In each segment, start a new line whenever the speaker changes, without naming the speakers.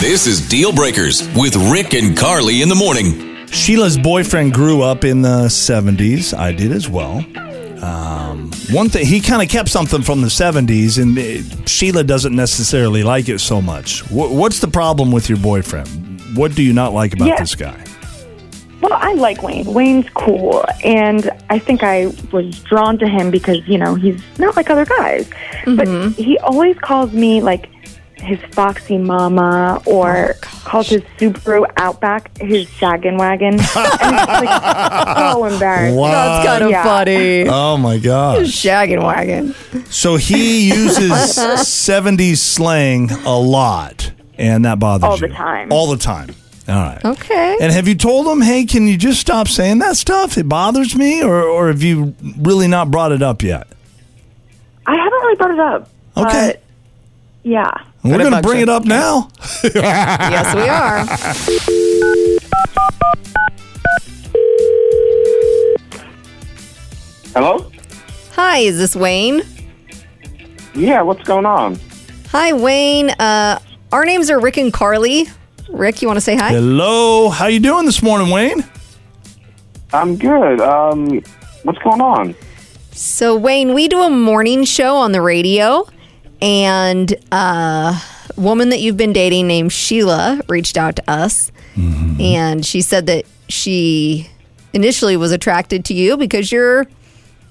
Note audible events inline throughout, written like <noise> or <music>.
This is Deal Breakers with Rick and Carly in the morning.
Sheila's boyfriend grew up in the 70s. I did as well. Um, one thing, he kind of kept something from the 70s, and uh, Sheila doesn't necessarily like it so much. Wh- what's the problem with your boyfriend? What do you not like about
Yeah.
this guy?
Well, I like Wayne. Wayne's cool, and I think I was drawn to him because you know he's not like other guys. But he always calls me like his foxy mama, or calls his Subaru Outback his shaggin' <laughs> wagon. and it's like so embarrassing.
Wow.
That's kind of
Yeah.
funny.
Oh my gosh.
Shaggin' wagon.
So he
<laughs>
uses 70s slang a lot, and that bothers
All
you.
the time.
All the time. All right.
Okay.
And have you told him, hey, can you just stop saying that stuff? It bothers me. Or, or have you really not brought it up yet?
I haven't really brought it up.
Uh,
Okay.
but, yeah.
We're
What
going to
about
bring
you?
it up now.
yes, we are.
Hello?
Hi, is this Wayne?
Yeah, what's going on?
Hi, Wayne. Uh, our names are Rick and Carly. Rick, you want to say hi?
Hello. How you doing this morning, Wayne?
I'm good. Um, what's going on?
So, Wayne, we do a morning show on the radio, and uh, a woman that you've been dating named Sheila reached out to us,
Mm-hmm.
and she said that she initially was attracted to you because you're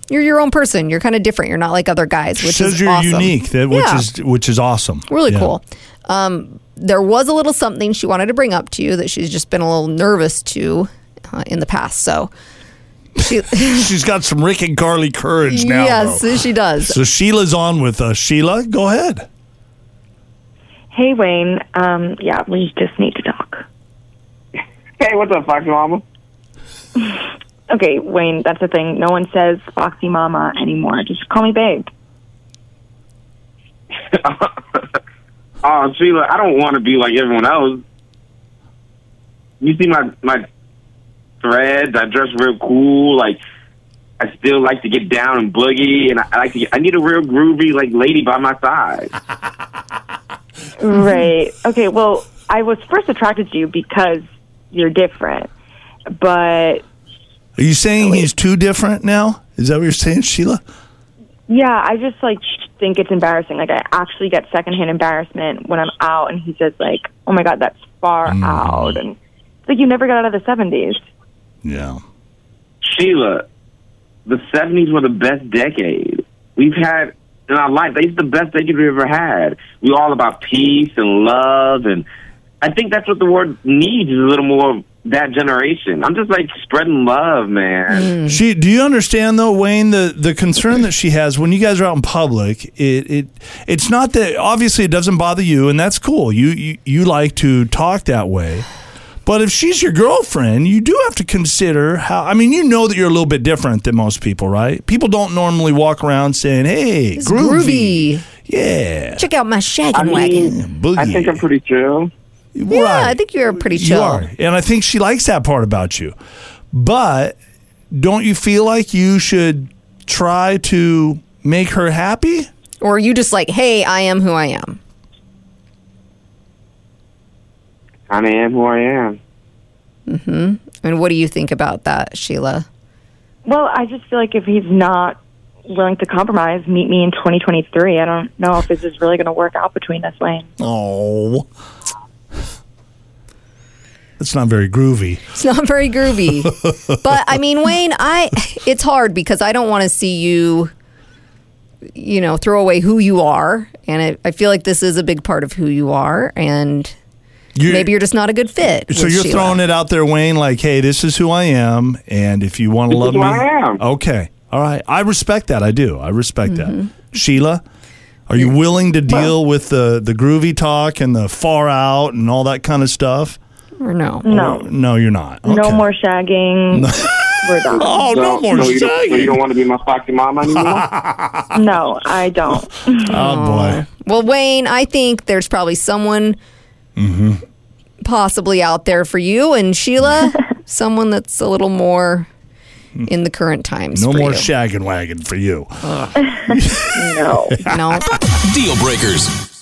you're your own person. You're kind of different. You're not like other guys, which
Says
is
you're
awesome.
unique, that, which
Yeah.
is which is awesome.
really
Yeah.
cool. Um, there was a little something she wanted to bring up to you that she's just been a little nervous to uh, in the past. So
<laughs>
she
She's got some Rick and Carly courage now.
yes,
though.
she does.
So Sheila's on with us. Sheila, go ahead.
Hey, Wayne. Um, yeah, we just need to talk.
Hey, what's up, Foxy Mama?
Okay, Wayne. That's the thing. No one says foxy mama anymore. Just call me babe.
Oh, Sheila, I don't want to be like everyone else. You see my my threads? I dress real cool. Like I still like to get down and boogie, and I, I like to. Get, I need a real groovy like lady by my side.
Right. Okay. Well, I was first attracted to you because you're different, but
Are you saying he's too different now? Is that what you're saying, Sheila?
yeah, I just like think it's embarrassing. Like I actually get secondhand embarrassment when I'm out, and he says like, "Oh my God, that's far out," and it's like you never got out of the '70s.
Yeah.
Sheila, the seventies were the best decade we've had in our life. It's the best decade we ever had. We all about peace and love, and I think that's what the world needs is a little more of that generation. I'm just like spreading love, man.
She, do you understand though, Wayne, the, the concern that she has when you guys are out in public? It, it it's not that obviously it doesn't bother you, and that's cool. You, you you like to talk that way, but if she's your girlfriend, you do have to consider how. I mean, you know that you're a little bit different than most people, right? People don't normally walk around saying, "Hey,
It's
groovy.
groovy.
yeah,
Check out my shagging
I
wagon.
mean,
boogie."
I think I'm pretty chill.
Yeah, I think you're pretty chill.
You are. And I think she likes that part about you. But don't you feel like you should try to make her happy?
Or are you just like, hey, I am who I am.
I am who I am.
And what do you think about that, Sheila?
Well, I just feel like if he's not willing to compromise, meet me in 2023. I don't know if this is really going to work out between us, Wayne.
Oh. That's not very groovy.
It's not
<laughs>
very groovy. but I mean, Wayne, I it's hard because I don't want to see you you know, throw away who you are. And it, I feel like this is a big part of who you are. And
You're,
maybe you're just not a good fit.
so you're throwing it out there, Wayne, like, hey, this is who I am, and if you want to love
This is who
me,
I am.
okay, all right, I respect that. I do. I respect
Mm-hmm.
that. Sheila, are you willing to deal with the the groovy talk and the far out and all that kind of stuff?
Or no.
Mm-hmm.
No,
No, you're not.
no
Oh, Okay.
more shagging. We're done.
Oh, no,
So-
more
so you don't, so you
shagging.
don't want to be my foxy
<laughs>
mama anymore?
No, I don't.
Oh, boy.
Well, Wayne, I think there's probably someone
Mm-hmm.
possibly out there for you. And
<laughs>
Sheila, someone that's a little more in the current times.
Mm. No
for
more
you.
shagging wagon for you.
No.
No.
<laughs>
Deal Breakers.